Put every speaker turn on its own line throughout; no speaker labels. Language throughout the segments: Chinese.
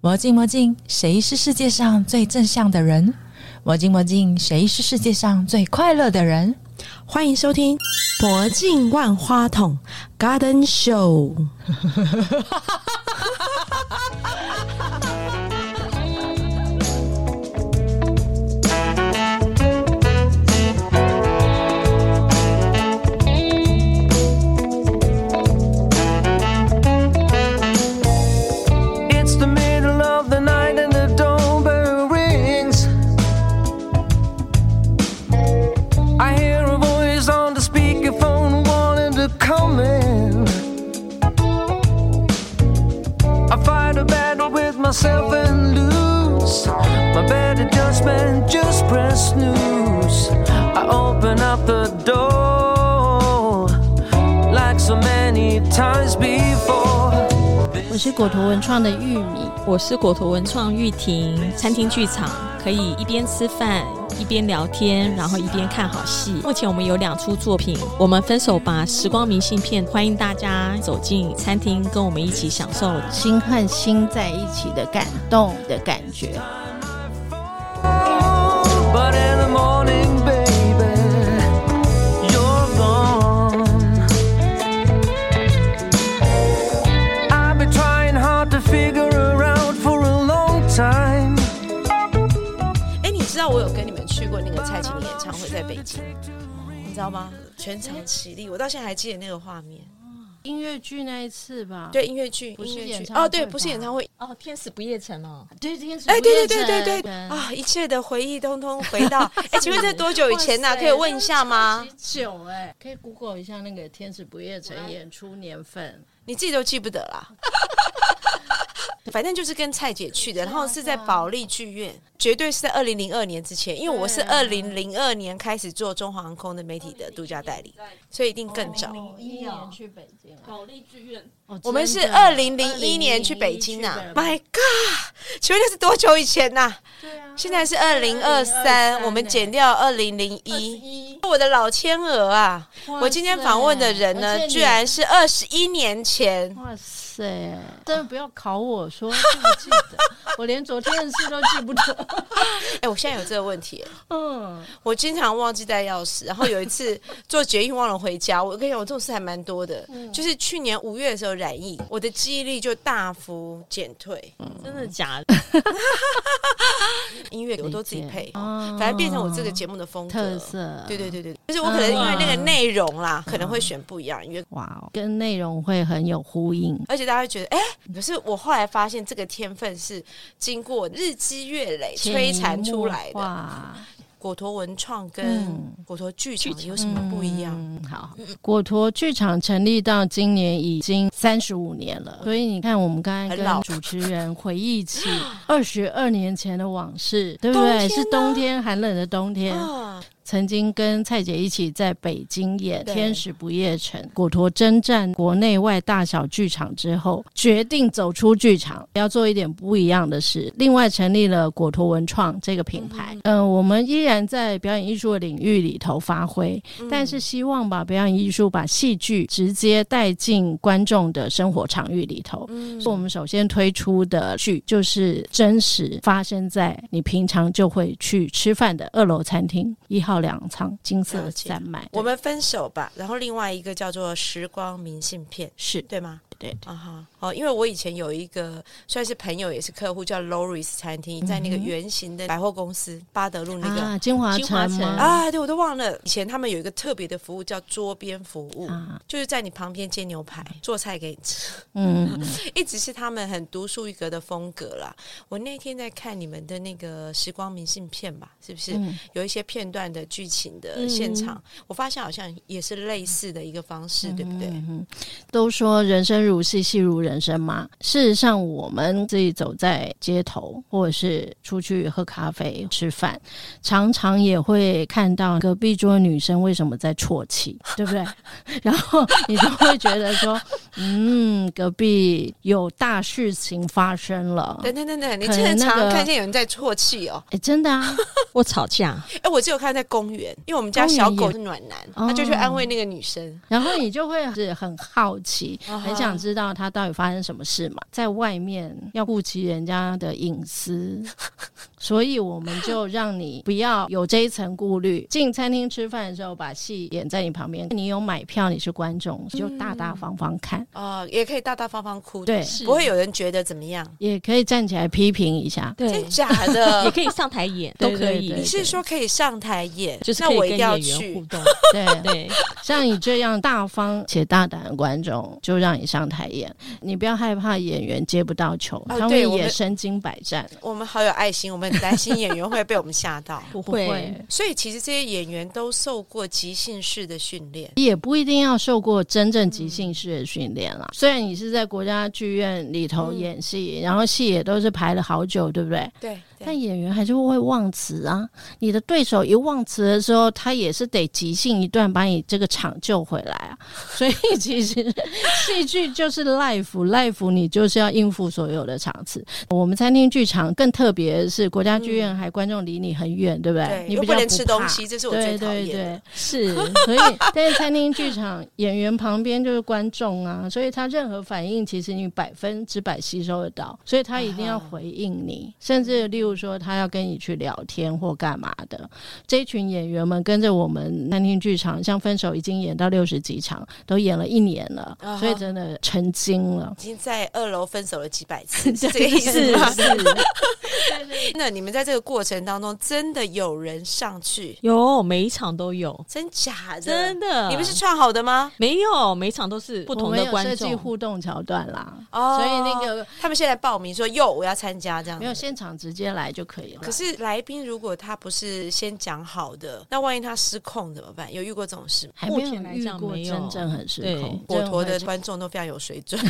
魔镜魔镜，谁是世界上最正向的人？魔镜魔镜，谁是世界上最快乐的人？
欢迎收听《魔镜万花筒》Garden Show。
It's the middle of the night and the doorbell rings. I hear a voice on the speakerphone wanting to come in. I fight a battle with myself and lose. My bad adjustment just press snooze. I open up the door like so many times before.
我是果陀文创的玉米，我是果陀文创玉婷餐厅剧场，可以一边吃饭一边聊天，然后一边看好戏。目前我们有两出作品，我们分手吧时光明信片，欢迎大家走进餐厅，跟我们一起享受。
心和心在一起的感动的感觉。
But in the morning, baby, you're gone. I've been trying hard to figure her out for a long time.
哎、你知道我有跟你们去过那个蔡琴的演唱会，在北京，你知道吗？全场起立，我到现在还记得那个画面。
音乐剧那一次吧，
对，音乐剧，
不是
音乐
演
剧
唱会吧
哦，对，不是演唱会，
哦，天使不夜城哦，
对，天使
哎、
不
对
夜
对对对对
城
啊，一切的回忆通通回到。 哎、请问这多久以前呐、
哇
啊可
塞
以问一下吗
超级？久哎、可以 Google 一下那个《天使不夜城》演出年份。
你自己都记不得啦。 反正就是跟蔡姐去的，然后是在保利剧院，绝对是在啊二零零二年之前，因为我是二零零二年开始做中华航空的媒体的独家代理，所以一定更早。
一年去北京啊，
保利剧院，
哦
我们是
真的
二零零一年去北京啊
2001去北
，My God！请问那是多久以前呐、
对啊，
现在是二零二三，
2023
我们减掉二零零一，
一，
我的老天鹅啊！我今天访问的人
而且
呢，
你
居然是二十一年前。
哇塞，真的不要考我说记不记得，我连昨天的事都记不得。
哎、我现在有这个问题，
嗯，
我经常忘记带钥匙，然后有一 次做决定忘了回家。我跟你讲，我这种事还蛮多的，
嗯
就是去年五月的时候染疫，我的记忆力就大幅减退。
真的假的？
音乐我都自己配，
哦
反正变成我这个节目的风格
特色
对对对对，就是我可能因为那
嗯
个内容啦，可能会选不一样音乐。
哇哦，跟内容会很有呼应。
而且大家会觉得，哎、可是我后来发现，这个天分是经过日积月累摧残出来的。
哇，
果陀文创跟
嗯
果陀剧场有什么不一样？
嗯，好，果陀剧场成立到今年已经三十五年了，所以你看，我们刚才
很老
跟主持人回忆起二十二年前的往事，对不
冬天
对？
啊
是冬天寒冷的冬天，
啊，
曾经跟蔡姐一起在北京演《
对
天使不夜城》，果陀征战国内外大小剧场之后，决定走出剧场，要做一点不一样的事。另外成立了果陀文创这个品牌。嗯、我们依然在表演艺术的领域里头发挥，
嗯
但是希望把表演艺术、把戏剧直接带进观众的生活场域里头。
嗯
是我们首先推出的剧就是真实发生在你平常就会去吃饭的二楼餐厅一号两仓金色
了解
三麦。
我们分手吧。然后另外一个叫做《时光明信片》，
是
对吗？
对
啊哈，哦，因为我以前有一个算是朋友，也是客户，叫 Loris 餐厅，在那
嗯
个圆形的百货公司巴德路那个
啊，金华
金华
城
城
吗？
啊，对我都忘了。以前他们有一个特别的服务叫桌边服务，
啊
就是在你旁边煎牛排、做菜给你吃，
嗯，
一直是他们很独树一格的风格啦。我那天在看你们的那个时光明信片吧，是不是、
嗯
有一些片段的剧情的现场？我发现好像也是类似的一个方
嗯
式，对不对？
都说人生如戏，戏如人生嘛。事实上，我们自己走在街头，或者是出去喝咖啡、吃饭，常常也会看到隔壁桌的女生为什么在啜泣， 对不对？然后你就会觉得说， 嗯，隔壁有大事情发生了。
等等等等，你
可能
经
那
常
个
看见有人在啜泣哦。
哎，真的啊，
我吵架，
哎、我只有看在公园，因为我们家
公园
小狗
也
是暖男，
哦
他就去安慰那个女生。
然后你就会是很好奇，很想知道他到底发生什么事嘛。在外面要顾及人家的隐私，所以我们就让你不要有这一层顾虑。进餐厅吃饭的时候，把戏演在你旁边，你有买票，你是观众，就大大方方看。
哦，也可以大大方方哭，
对
是
不会有人觉得怎么样，
也可以站起来批评一下，
真
对，
假
也
的？
可以上 台演，都
对
可
对
以
你，是说可以上台演？
就是
那
可以
我
跟
一定要
演员互
去。
动，
对，
对，
像你这样大方且大胆的观众，就让你上台演，你不要害怕演员接不到球，
哦
他
对
们
我
也
们
身经百战。
我们好有爱 心，我们很担心演员会被我们吓到。
不
不
会。
会，
所以其实这些演员都受过即兴式的训练。
也不一定要受过真正即兴式的训练
嗯
啦。虽然你是在国家剧院里头演戏，然后戏也都是排了好久，对不对？
对，
但演员还是会忘词啊。你的对手一忘词的时候，他也是得即兴一段把你这个场救回 来啊。所以其实戏剧就是 life，life 你就是要应付所有的场次。我们餐厅剧场更特别的是，国家剧院还观众离你很远，对不对？
嗯对，
你
又
比
不
较
能吃东
怕
西，这是我最
对
讨
对
厌的。
对，是，所以 但是餐厅剧场演员旁边就是观众啊，所以他任何反应其实你百分之百吸收得到，所以他一定
嗯
要回应你，甚至例如说他要跟你去聊天或干嘛的。这一群演员们跟着我们餐厅剧场，像《分手》已经演到六十几场，都演了一年了，
嗯
啊哈
所以真的成精了。
已经在二楼分手了几百 次，是这个意思吗？ 那你们在这个过程当中，真的有人上去？
有每一场都有，
真假的？
真的。
你们是串好的吗？
没有每一场都是不
我
同
们
的
有
观
设计
众，
互动桥段啦，
哦
所以那个
他们现在报名说哟，我要参加这样
没。
嗯
有现场直接来就可以了。
可是来宾如果他不是先讲好的，那万一他失控怎么办？有遇过这种事吗？
还
目
没有
前来
遇
讲
过
没有
真正很失
对
控，
我
真的
陀
会
的观众都非常有水 准，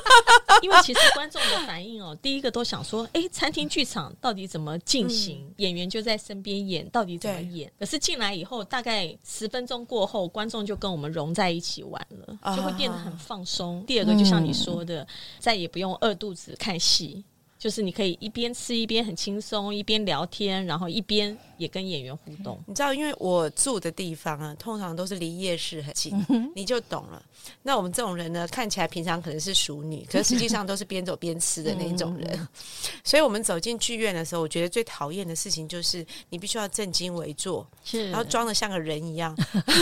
因为其实观众的反应哦， 第一个都想说，哎，餐厅剧场到底怎么进行？演员就在身边演，到底怎么
对
演？可是进来以后，大概十分钟过后，观众就跟我们融在一起玩了，就会变得很放松。第二个，就像你说的，再也不用饿肚子看戏。就是你可以一边吃一边很轻松，一边聊天，然后一边也跟演员互动。
你知道，因为我住的地方啊，通常都是离夜市很近，
嗯
你就懂了。那我们这种人呢，看起来平常可能是熟 女，可是实际上都是边走边吃的那种
嗯
人。所以我们走进剧院的时候，我觉得最讨厌的事情就是你必须要正襟危坐，
是，
然后装的像个人一 样，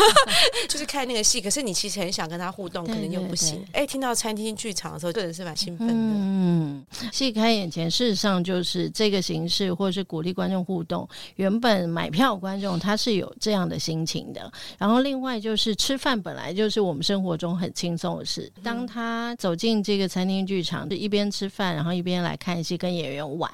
就是看那个戏。可是你其实很想跟他互动，可
对
能又不行
对。
哎、听到餐厅剧场的时候，个人是蛮兴奋的。
嗯，戏开演前，事实上就是这个形式，或是鼓励观众互动。原本买票观众他是有这样的心情的，然后另外就是吃饭本来就是我们生活中很轻松的
嗯
事。当他走进这个餐厅剧场，就一边吃饭，然后一边来看戏，跟演员玩，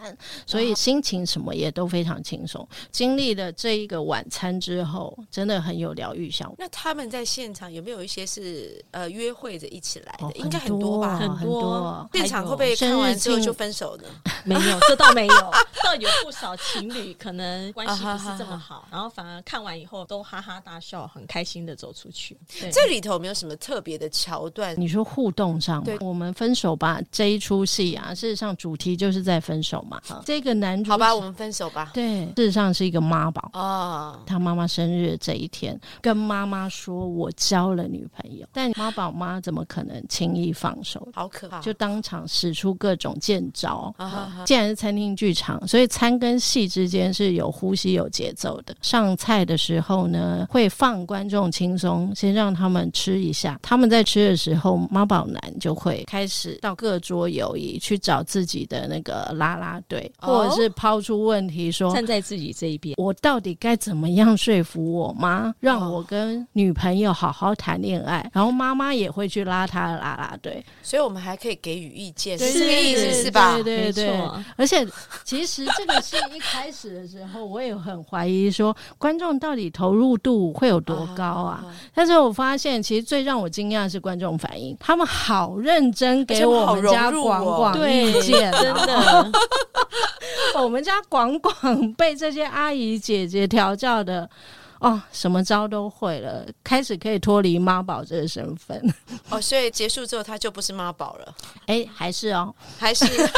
所以心情什么也都非常轻松。经历了这一个晚餐之后，真的很有疗愈效果。
那他们在现场有没有一些是呃约会着一起来的？
哦
应该很
很
多吧？
很
很
多
多
哦
现场会不会看完之后就分手呢？
没有，这倒没有，倒有不少情侣可能关系不是这么好，然后反而看完以后都哈哈大笑，很开心的走出去。对，
这里头有没有什么特别的桥段？
你说互动上嘛
对，
我们分手吧这一出戏啊，事实上主题就是在分手嘛。哈这个男主
好吧，我们分手吧。
对，事实上是一个妈宝。
哦，
他妈妈生日这一天，跟妈妈说：“我交了女朋友。”但妈宝妈怎么可能轻易放手？
好可怕！
就当场使出各种剑招。
啊哈哈
既然是餐厅剧场，所以餐跟戏之间是有呼吸、有节奏的。上菜的时候呢，会放观众轻松，先让他们吃一下。他们在吃的时候，妈宝男就会开始到各桌游移去找自己的那个啦啦队，
哦
或者是抛出问题说。
站在自己这一边，
我到底该怎么样说服我妈，让我跟女朋友好好谈恋爱？然后妈妈也会去拉他的啦啦队，
所以我们还可以给予意见，
对
是这个意
对
思
对
是吧？
对对对
没错
而且其实这个戏一开始的时候，我也很怀疑说观众到底投入度会有多高啊？但是我发现，其实最让我惊讶的是观众反应，他们好认真给我们家广
哦
广
对，
意见、啊哦
真，的，
我们家广广 被这些阿姨姐姐调教的。哦，什么招都会了，开始可以脱离妈宝这个身份。
哦，所以结束之后他就不是妈宝了，
哎，还是哦，
还是这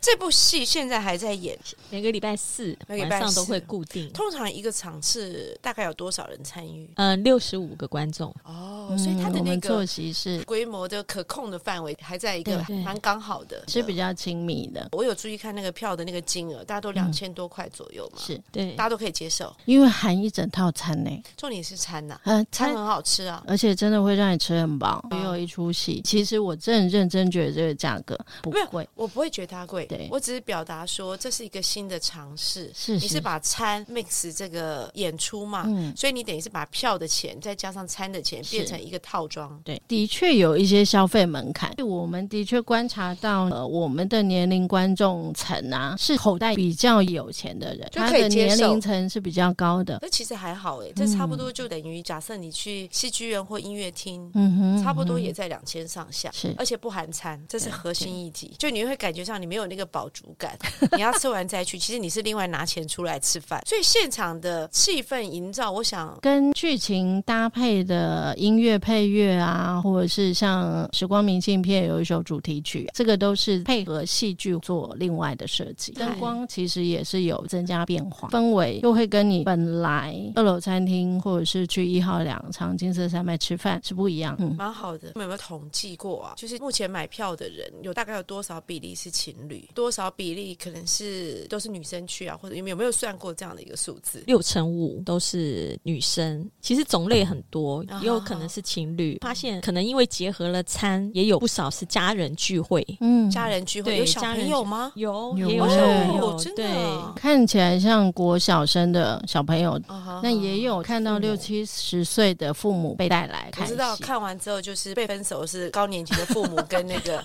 这部戏现在还在演，
每个礼拜四
每个礼
晚
拜
上都
四
会固定，
通常一个场次大概有多少人参与？
嗯，六十五个观众，
哦，所以它
嗯
的
我
那
们作
个
息是
规模的可控的范围还在一个
对对
蛮刚好的，
是比较亲密的，
我有注意看那个票的那个金额，大家都两千多块左右嘛，
是
对
大，家都可以接受。
因为含一整套餐呢、
重点是餐呐、
嗯、
餐
餐
很好吃啊。
而且真的会让你吃很饱。
嗯
也有一出戏，其实我真的认真觉得这个价格不
没有
贵，
我不会觉得它贵
对，
我只是表达说这是一个新的尝试。
是
你是把餐 mix 这个演出嘛，
嗯
所以你等于是把票的钱再加上餐的钱
是
变成一个套装。
对，的确有一些消费门槛。我们的确观察到，呃，我们的年龄观众层啊，是口袋比较有钱的人，
就
他
可以
的
接
年
受
龄层是比较高的。
那其实还好诶、
嗯
这差不多就等于假设你去戏剧院或音乐厅。
嗯哼，
差不多也
嗯
在两千上下，
是
而且不含餐，这是核心议题。就你会感觉上你没有那个饱足感， 你要吃完再去，其实你是另外拿钱出来吃饭。所以现场的气氛营造，我想
哼跟剧情搭配的音乐配乐啊，或者是像《时光明信片》有一首主题曲，这个都是配合戏剧做另外的设计。
对
灯光其实也是有增加变化，氛围又会跟你本来二楼餐厅或者是去一号两场金色山脉吃饭是不一样。嗯，
蛮好的。你们有没有统计过啊？就是目前买票的人有大概有多少比例是情侣，多少比例可能是都是女生去啊？或者你们有没有算过这样的一个数字？
六成五都是女生，其实种类很多，
啊
也有可能是情侣。发现可能因为结合了餐，也有不少是家人聚会，
嗯，
家人聚会
对
有小
家人
朋友吗？
有
有
也有
哦
小朋友，
真的
对，
啊
看起来像国小生的小朋友，
啊哈
那也有看到六七十岁的父母被带来
我
看戏，
知道，看 完之后就是被分手是高年级的父母跟那个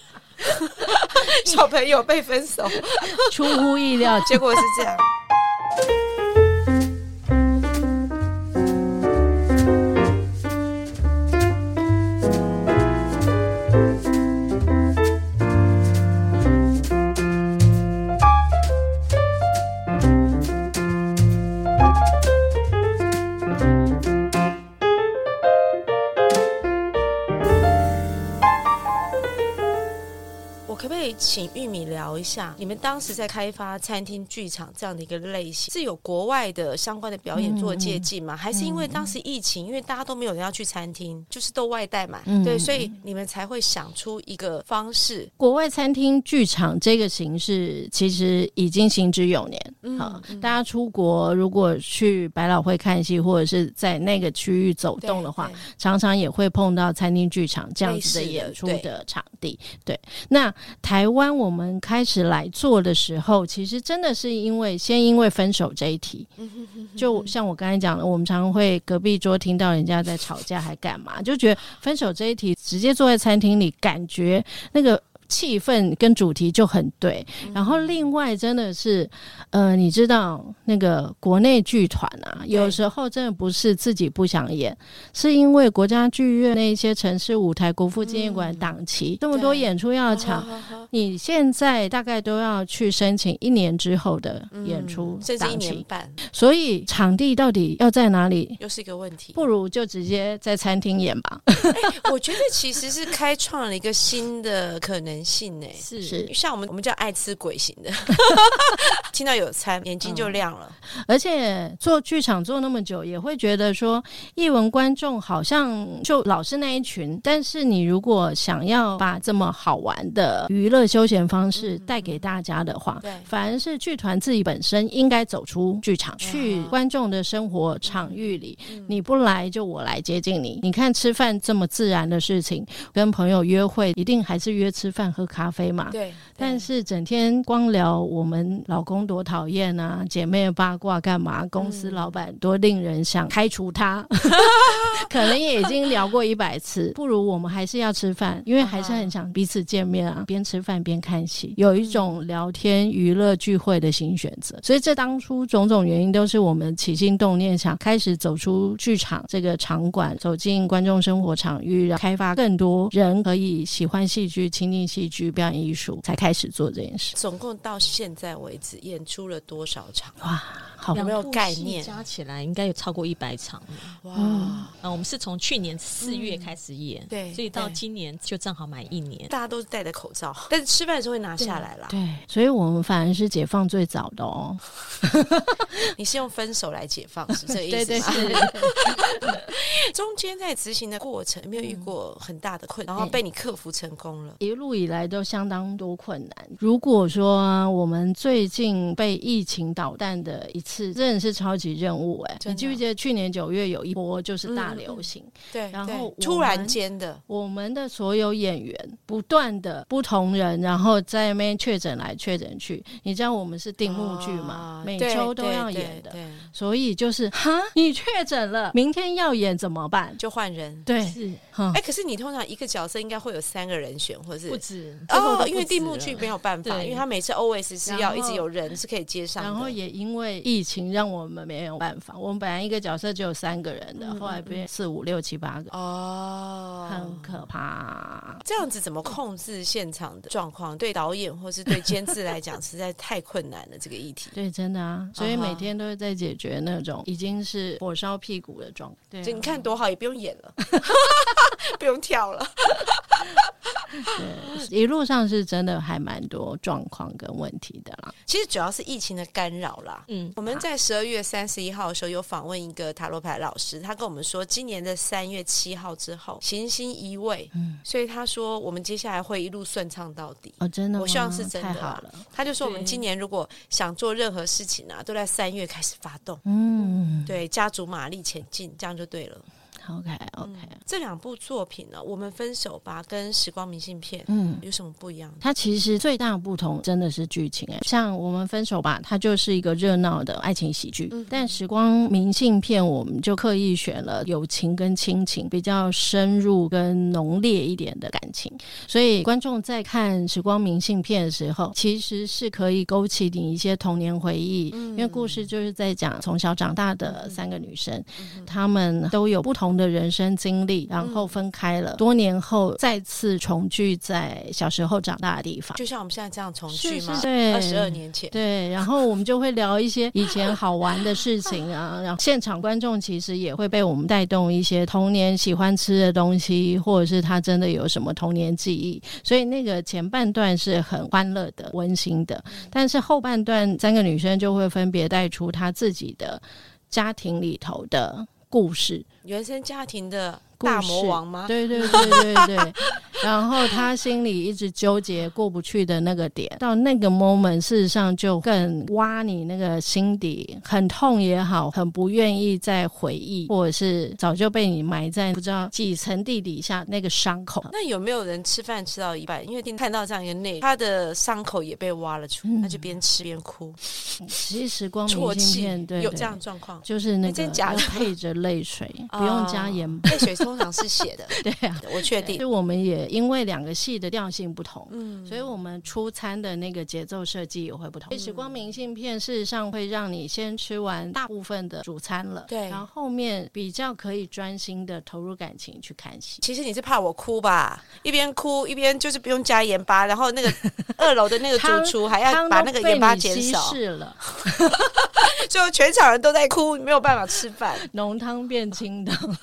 小朋友被分手，
出乎意料。
结果是这样。我可不可以请玉米聊一下，你们当时在开发餐厅、剧场这样的一个类型，是有国外的相关的表演做借鉴
嗯
吗？还是因为当时疫情，因为大家都没有人要去餐厅，就是都外带嘛，
嗯
对，所以你们才会想出一个方式。
国外餐厅、剧场这个形式其实已经行之有年。
嗯
好，大家出国如果去百老汇看戏，或者是在那个区域走动的话
对，，
常常也会碰到餐厅、剧场这样子的演出
类似
的场地。对，那台湾我们开始来做的时候，其实真的是因为先因为分手这一 题，就像我刚才讲的，我们常常会隔壁桌听到人家在吵架，还干嘛？就觉得分手这一题，直接坐在餐厅里，感觉那个。气氛跟主题就很对，
嗯
然后另外真的是，呃，你知道那个国内剧团啊，有时候真的不是自己不想演，是因为国家剧院那一些城市舞台、国父纪念馆档期、这么多
嗯对哦
演出要抢，你现在大概都要去申请一年之后的
嗯
演出
甚至一
档
年
期，
半，
所以场地到底要在哪里？
又是一个问题。
不如就直接在餐厅演吧。
我觉得其实是开创了一个新的可能性呢、
是
是
像我们我们叫爱吃鬼型 的，听到有餐眼睛就亮了。
而且做剧场做那么久，也会觉得说，艺文观众好像就老是那一群。但是你如果想要把这么好玩的娱乐休闲方式带给大家的话，
对
反而是剧团自己本身应该走出剧场，去
嗯
观众的生活场域里。你不来就我来接近你。你看吃饭这么自然的事情，跟朋友约会一定还是约吃饭喝咖啡嘛。
对，
嗯但是整天光聊我们老公多讨厌啊，姐妹八卦干嘛？公司老板多令人想开除他， 可能也已经聊过一百 次。不如我们还是要吃饭，因为还是很想彼此见面啊，边吃饭边看戏，有一种聊天娱乐聚会的新选择。所以这当初种种原因都是我们起心动念想开始走出剧场这个场馆，走进观众生活场域，然后开发更多人可以喜欢戏剧、亲近戏剧、表演艺术，才开始做这件事。
总共到现在为止演出了多少场？啊
哇，好
有没有概念
加起来应该有超过一百场了。
哇，
啊，我们是从去年四月开始演，
嗯对
所以到
对
今年就正好满一年。
大家都戴着口罩，但是吃饭的时候会拿下来啦。
对，所以我们反而是解放最早的哦。
你是用分手来解放，是这个意思吗？ 中间在执行的过程有没有遇过很大的困难，然后被你克服成功了。
一路以来都相当多困难。如果说啊我们最近被疫情捣蛋的一次，真的是超级任务哎、
真的嗯
你记不记得去年九月有一波就是大流行？
对，
然后
对
我们
突然间的，
我们的所有演员不断的不同人，然后在那边确诊来确诊去。你知道我们是定目剧嘛，
啊
每
对
周都
对
要
对
演的，
对
所以就是哈，你确诊了，明天要演怎么办？
就换人。
对，是，哼
哎，可是你通常一个角色应该会有三个人选，或是
不止
哦，因为地幕剧没
有
有办法，
对
因为他每次 always 是
然
要
后
一直有人是可以接上的，
然后也因为疫情，让我们没有办法。我们本来一个角色只有三个人的，后来变四五六七八个，
嗯哦
很，可怕。
这样子怎么控制现场的状况？对导演或是对监制来讲，实在太困难了。这个议题，
对，真的啊，所以
啊哈
每天都是在解决那种已经是火烧屁股的状态。 对啊
就你看多好，也不用演了， 不用跳了。
对，一路上是真的还蛮多状况跟问题的啦。
其实主要是疫情的干扰啦。
嗯，
我们在十二月三十一号的时候有访问一个塔罗牌老师，他跟我们说，今年的三月七号之后行星移位，
嗯
所以他说我们接下来会一路顺畅到底。
哦，真的吗，
我希望是真的啦
太好了。
他就说，我们
对
今年如果想做任何事情啊，都在三月开始发动，
嗯
对，家族马力前进，这样就对了。
，OK OK，
这两部作品呢，《我们分手吧》跟《时光明信片》
嗯。
有什么不一样的？
它其实最大的不同真的是剧情哎、像我们分手吧，它就是一个热闹的爱情喜剧，但时光明信片我们就刻意选了友情跟亲情比较深入跟浓烈一点的感情，所以观众在看时光明信片的时候，其实是可以勾起你一些童年回忆，因为故事就是在讲从小长大的三个女生，她们都有不同的人生经历，然后分开了，多年后再次重聚在小时候长大的地方。
就像我们现在这样重聚
是
吗？
对
二十二年前，
对，然后我们就会聊一些 以前好玩的事情啊， 然后现场观众其实也会被我们带动一些童年喜欢吃的东西，或者是他真的有什么童年记忆，所以那个前半段是很欢乐的、温馨的，但是后半段三个女生就会分别带出她自己的家庭里头的故事，
原生家庭的
故
大魔
事
王吗？
对对对 对对。然后他心里一直纠结过不去的那个点，到那个 moment，事实上就更挖你那个心底，很痛也好，很不愿意再回忆，或者是早就被你埋在不知道几层地底下那个伤口。
那有没有人吃饭吃到一半，因为看到这样一个内容，他的伤口也被挖了出来，他就边吃边哭，
其实时嗯光
啜
明信
泣
片，，对
有
对
这样的状况。
就是那
哎
个
真假的哦
要配着 泪水，不用加盐 巴。
泪水通常是血的，
对啊，
我确定
就。我们也因为两个戏的调性不同，嗯，所以我们出餐的那个节奏设计也会
嗯
不同。所以时光明信片事实上会让你先吃完大部分的主餐了，
对
然后后面比较可以专心的投入感情去看戏。
其实你是怕我哭吧？一边哭一边就是不用加盐巴，然后 那个二楼的那个主厨还要
汤
把
都
那个
被
盐巴
你
减
稀
少，
释 了，
就全场人都在哭，没有办法吃 饭。
浓汤 变清汤。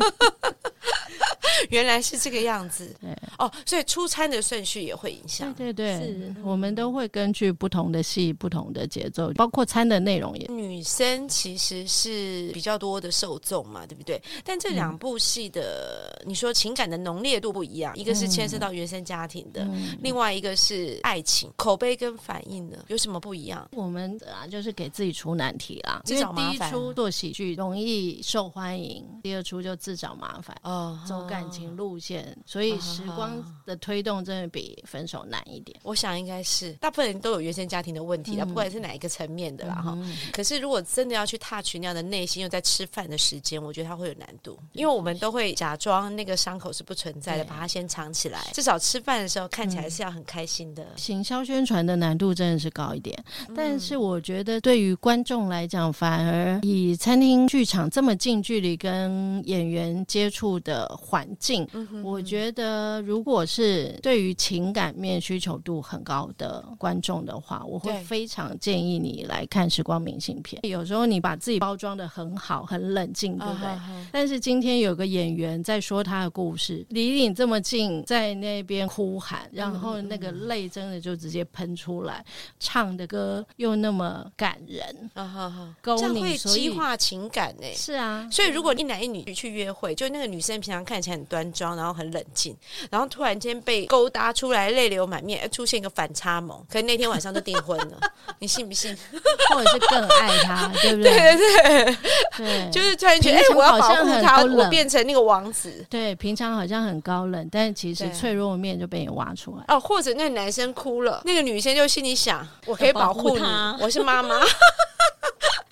原来是这个样子
对嗯
哦，所以出餐的顺序也会影响。
对对
嗯
对，我们都会根据不同的戏、不同的节奏，包括餐的内容也
女生其实是比较多的受众嘛，对不对？但这两部戏的，你说情感的浓烈度不一样，一个是牵涉
嗯
到原生家庭的，另外一个是爱情，口碑跟反应呢有什么不一样？
我们啊，就是给自己出难题啦。
自
因为
找麻
第一
烦啊
出做喜剧容易受欢迎，第二出就自找麻烦，
哦，
走感情路线，所以时光的推动真的比分手难一点。
我想应该是大部分人都有原生家庭的
嗯
问题啦，不管是哪一个层面的啦哈。可是如果真的要去 touch 那样的内心，又在吃饭的时间，我觉得它会有难度，因为我们都会假装那个伤口是不存在的，把它先藏起来，至少吃饭的时候看起来是要很开心的。
行销宣传的难度真的是高一点，但是我觉得对于观众来讲，反而以餐厅剧场这么近距离跟演员接触的环境。我觉得，如果是对于情感面需求度很高的观众的话，我会
对
非常建议你来看《时光明信片》。有时候你把自己包装的很好，很冷静，对不
嗯
对？但是今天有个演员在说他的故事，离你这么近，在那边哭
嗯
喊，然后那个泪真的就直接喷出来，唱的歌又那么感人，
啊哈哈，
勾
这样
你，
会
所以
激化情感呢、
是啊，
所以，如果一男一女去约会，就那个女生平常看起来很端庄，然后很冷静，然后突然间被勾搭出来，泪流满面，哎出现一个反差萌，可能那天晚上就订婚 了，你信不信？
或者是更爱 他，对不对？
对对对，
对，
就是突然觉得，哎、
平常
我要保
好像
护
很
她，
高冷
我变成那个王子
对，平常好像很高冷，但其实
对
脆弱面就被你挖出来。
哦，或者那个男生哭了，那个女生就心里想，我可以保护
保护
你
她，
我是 妈妈，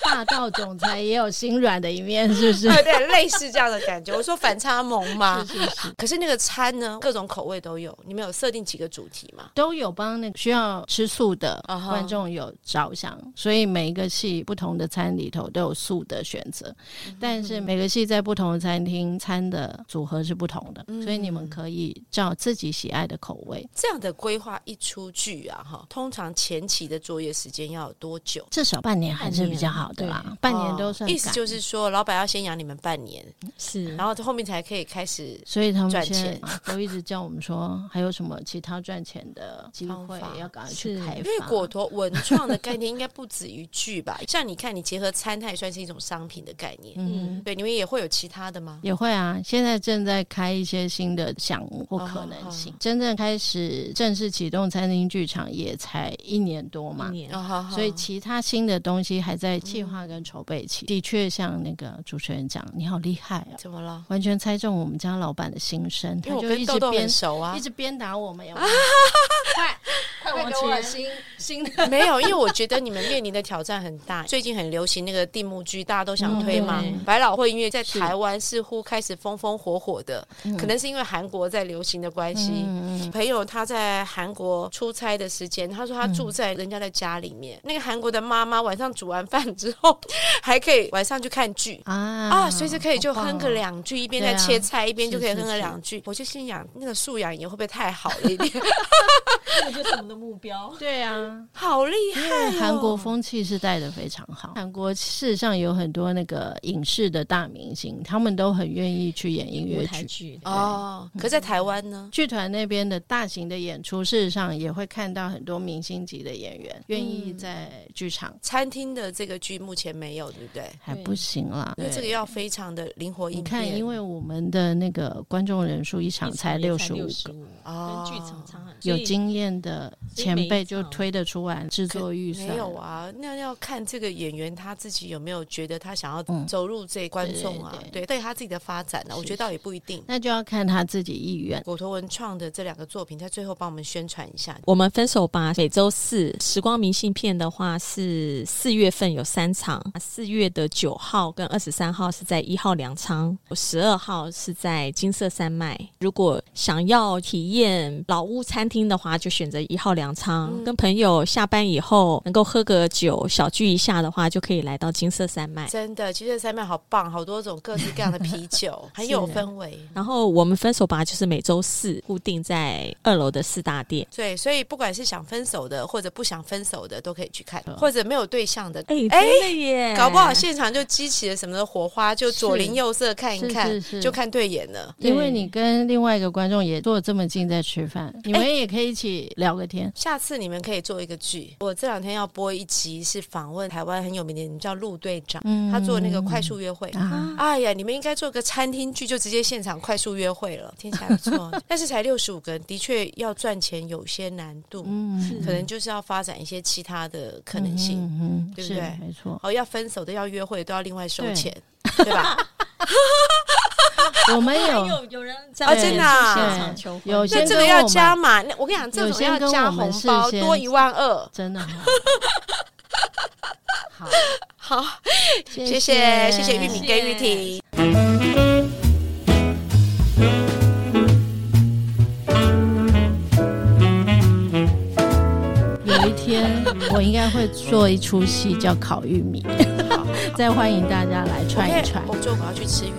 霸道总裁也有心软的一面，是不是？
对对，类似这样的感觉。我说反差萌嘛，
是是是，
可是那个餐呢，各种口味都有，你们有设定几个主题吗？
都有帮那个需要吃素的
啊哈
观众有着想所以每一个戏不同的餐里头都有素的选择，
嗯
但是每个戏在不同的餐厅餐的组合是不同的，
嗯
所以你们可以照自己喜爱的口味。
这样的规划一出剧啊，哈，通常前期的作业时间要有多久？
至少半年还是比较好的啦，半年都算
哦意思
赶
就是说，老板要先养你们半年，
是
然后后面才可以开始。
所以他们
赚
现在
钱
都一直叫我们说，还有什么其他赚钱的机
方
会
法
要赶快去
是
开
因为
发。
果陀文创的概念应该不止于剧吧？像你看，你结合餐，它也算是一种商品的概念。
嗯，
对，你们也会有其他的吗？
也会啊，现在正在开一些新的项目或可能
哦
性。真正开始正式启动餐厅剧场也才一年多嘛
一，年
啊哈哈
所以其他新的东西还在计
嗯
划跟筹备期。的确，像那个主持人讲，你好厉害啊，
怎么了？
完全猜中我们家老板的心声，
因为
他
我
就
跟
一
豆
直
豆
边
很熟啊
一。直鞭打我们，有没有快快给我新新的。
没有，因为我觉得你们面临的挑战很大。最近很流行那个定目剧，大家都想推嘛。
嗯对
百老汇音乐在台湾似乎开始风风火火的，
嗯
可能是因为韩国在流行的关系。朋友他在韩国出差的时间，他说他住在人家的家里面。
嗯
那个韩国的妈妈晚上煮完饭之后， 还可以晚上去看剧。
啊
啊，随时可以就
好棒
哼个
哦
两句，一边
对
在
啊
切菜，一边就是可以
是
哼个
是
两句。我就心想，那个素养也会不会太好了一点？
这就是我们的目标。
对啊，
好厉害、哦
因为韩国风气是带的非常好。韩国事实上有很多那个影视的大明星，他们都很愿意去演音
舞
乐
台
剧。
剧
哦！可在台湾呢？
剧团那边的大型的演出，事实上也会看到很多明星级的演员愿意在剧场，
餐厅的这个剧目前没有，对不对？
还不行啦。
因为这个要非常的灵活应
你
变。
看，因为我们的那个观众人数一场才六十五个，
五，
哦
跟剧场差很
有
所以
经验的前辈就推得出来制作预算。
没有啊，那要看这个演员他自己有没有觉得他想要走入这观众啊，
嗯对对
对对他自己的发展呢、啊，我觉得倒也不一定。
那就要看他自己意愿。
果陀文创的这两个作品，在最后帮我们宣传一下。
我们分手吧，每周四《时光明信片》的话是四月份有三场，四月的九号跟二十三号是在一号粮仓，十二号是在金色山脉。如果想要体验老屋餐厅的话，就选择一号粮仓，
嗯
跟朋友下班以后能够喝个酒小聚一下的话，就可以来到金色山
哎
脉。
真的，其实三麦好棒，好多种各式各样的啤酒， 很有氛围。
啊
然后我们分手吧就是每周四固定在二楼的四大店。
对，所以不管是想分手的，或者不想分手的，都可以去
啊
看，或者没有对象的，
哎、
哎
真的耶！
搞不
哎
好现场就激起了什么的火花，就左邻右舍看一看，
是是是
就看对眼了。
因为你跟另外一个观众也坐这么近在吃
哎
饭，你们也可以一起聊个天。
下次你们可以做一个剧，我这两天要播一集是访问台湾很有名的人叫陆队长，
嗯
他做那个快速约会。
啊，
哎呀，你们应该做个餐厅剧，就直接现场快速约会了，听起来不 错。但是才六十五个人，的确要赚钱有些难度，
嗯，
可能就是要发展一些其他的可能性。
嗯嗯
对不对，
是没错
哦，要分手的要约会都要另外收
对
钱，对吧？
我们有
有有人在
啊真的啊
现场求婚
有
那
些
这个要加码，那我跟你讲，这
有
种
先
要
跟
加
我们
红
事
包
先
多一万二。
真的好，好，
好，
谢
谢谢谢
谢
谢玉米跟玉婷。
有一天我应该会做一出戏叫烤玉 米， 再欢迎大家来
我
串
可
一
以
串。
我就我要去吃玉米。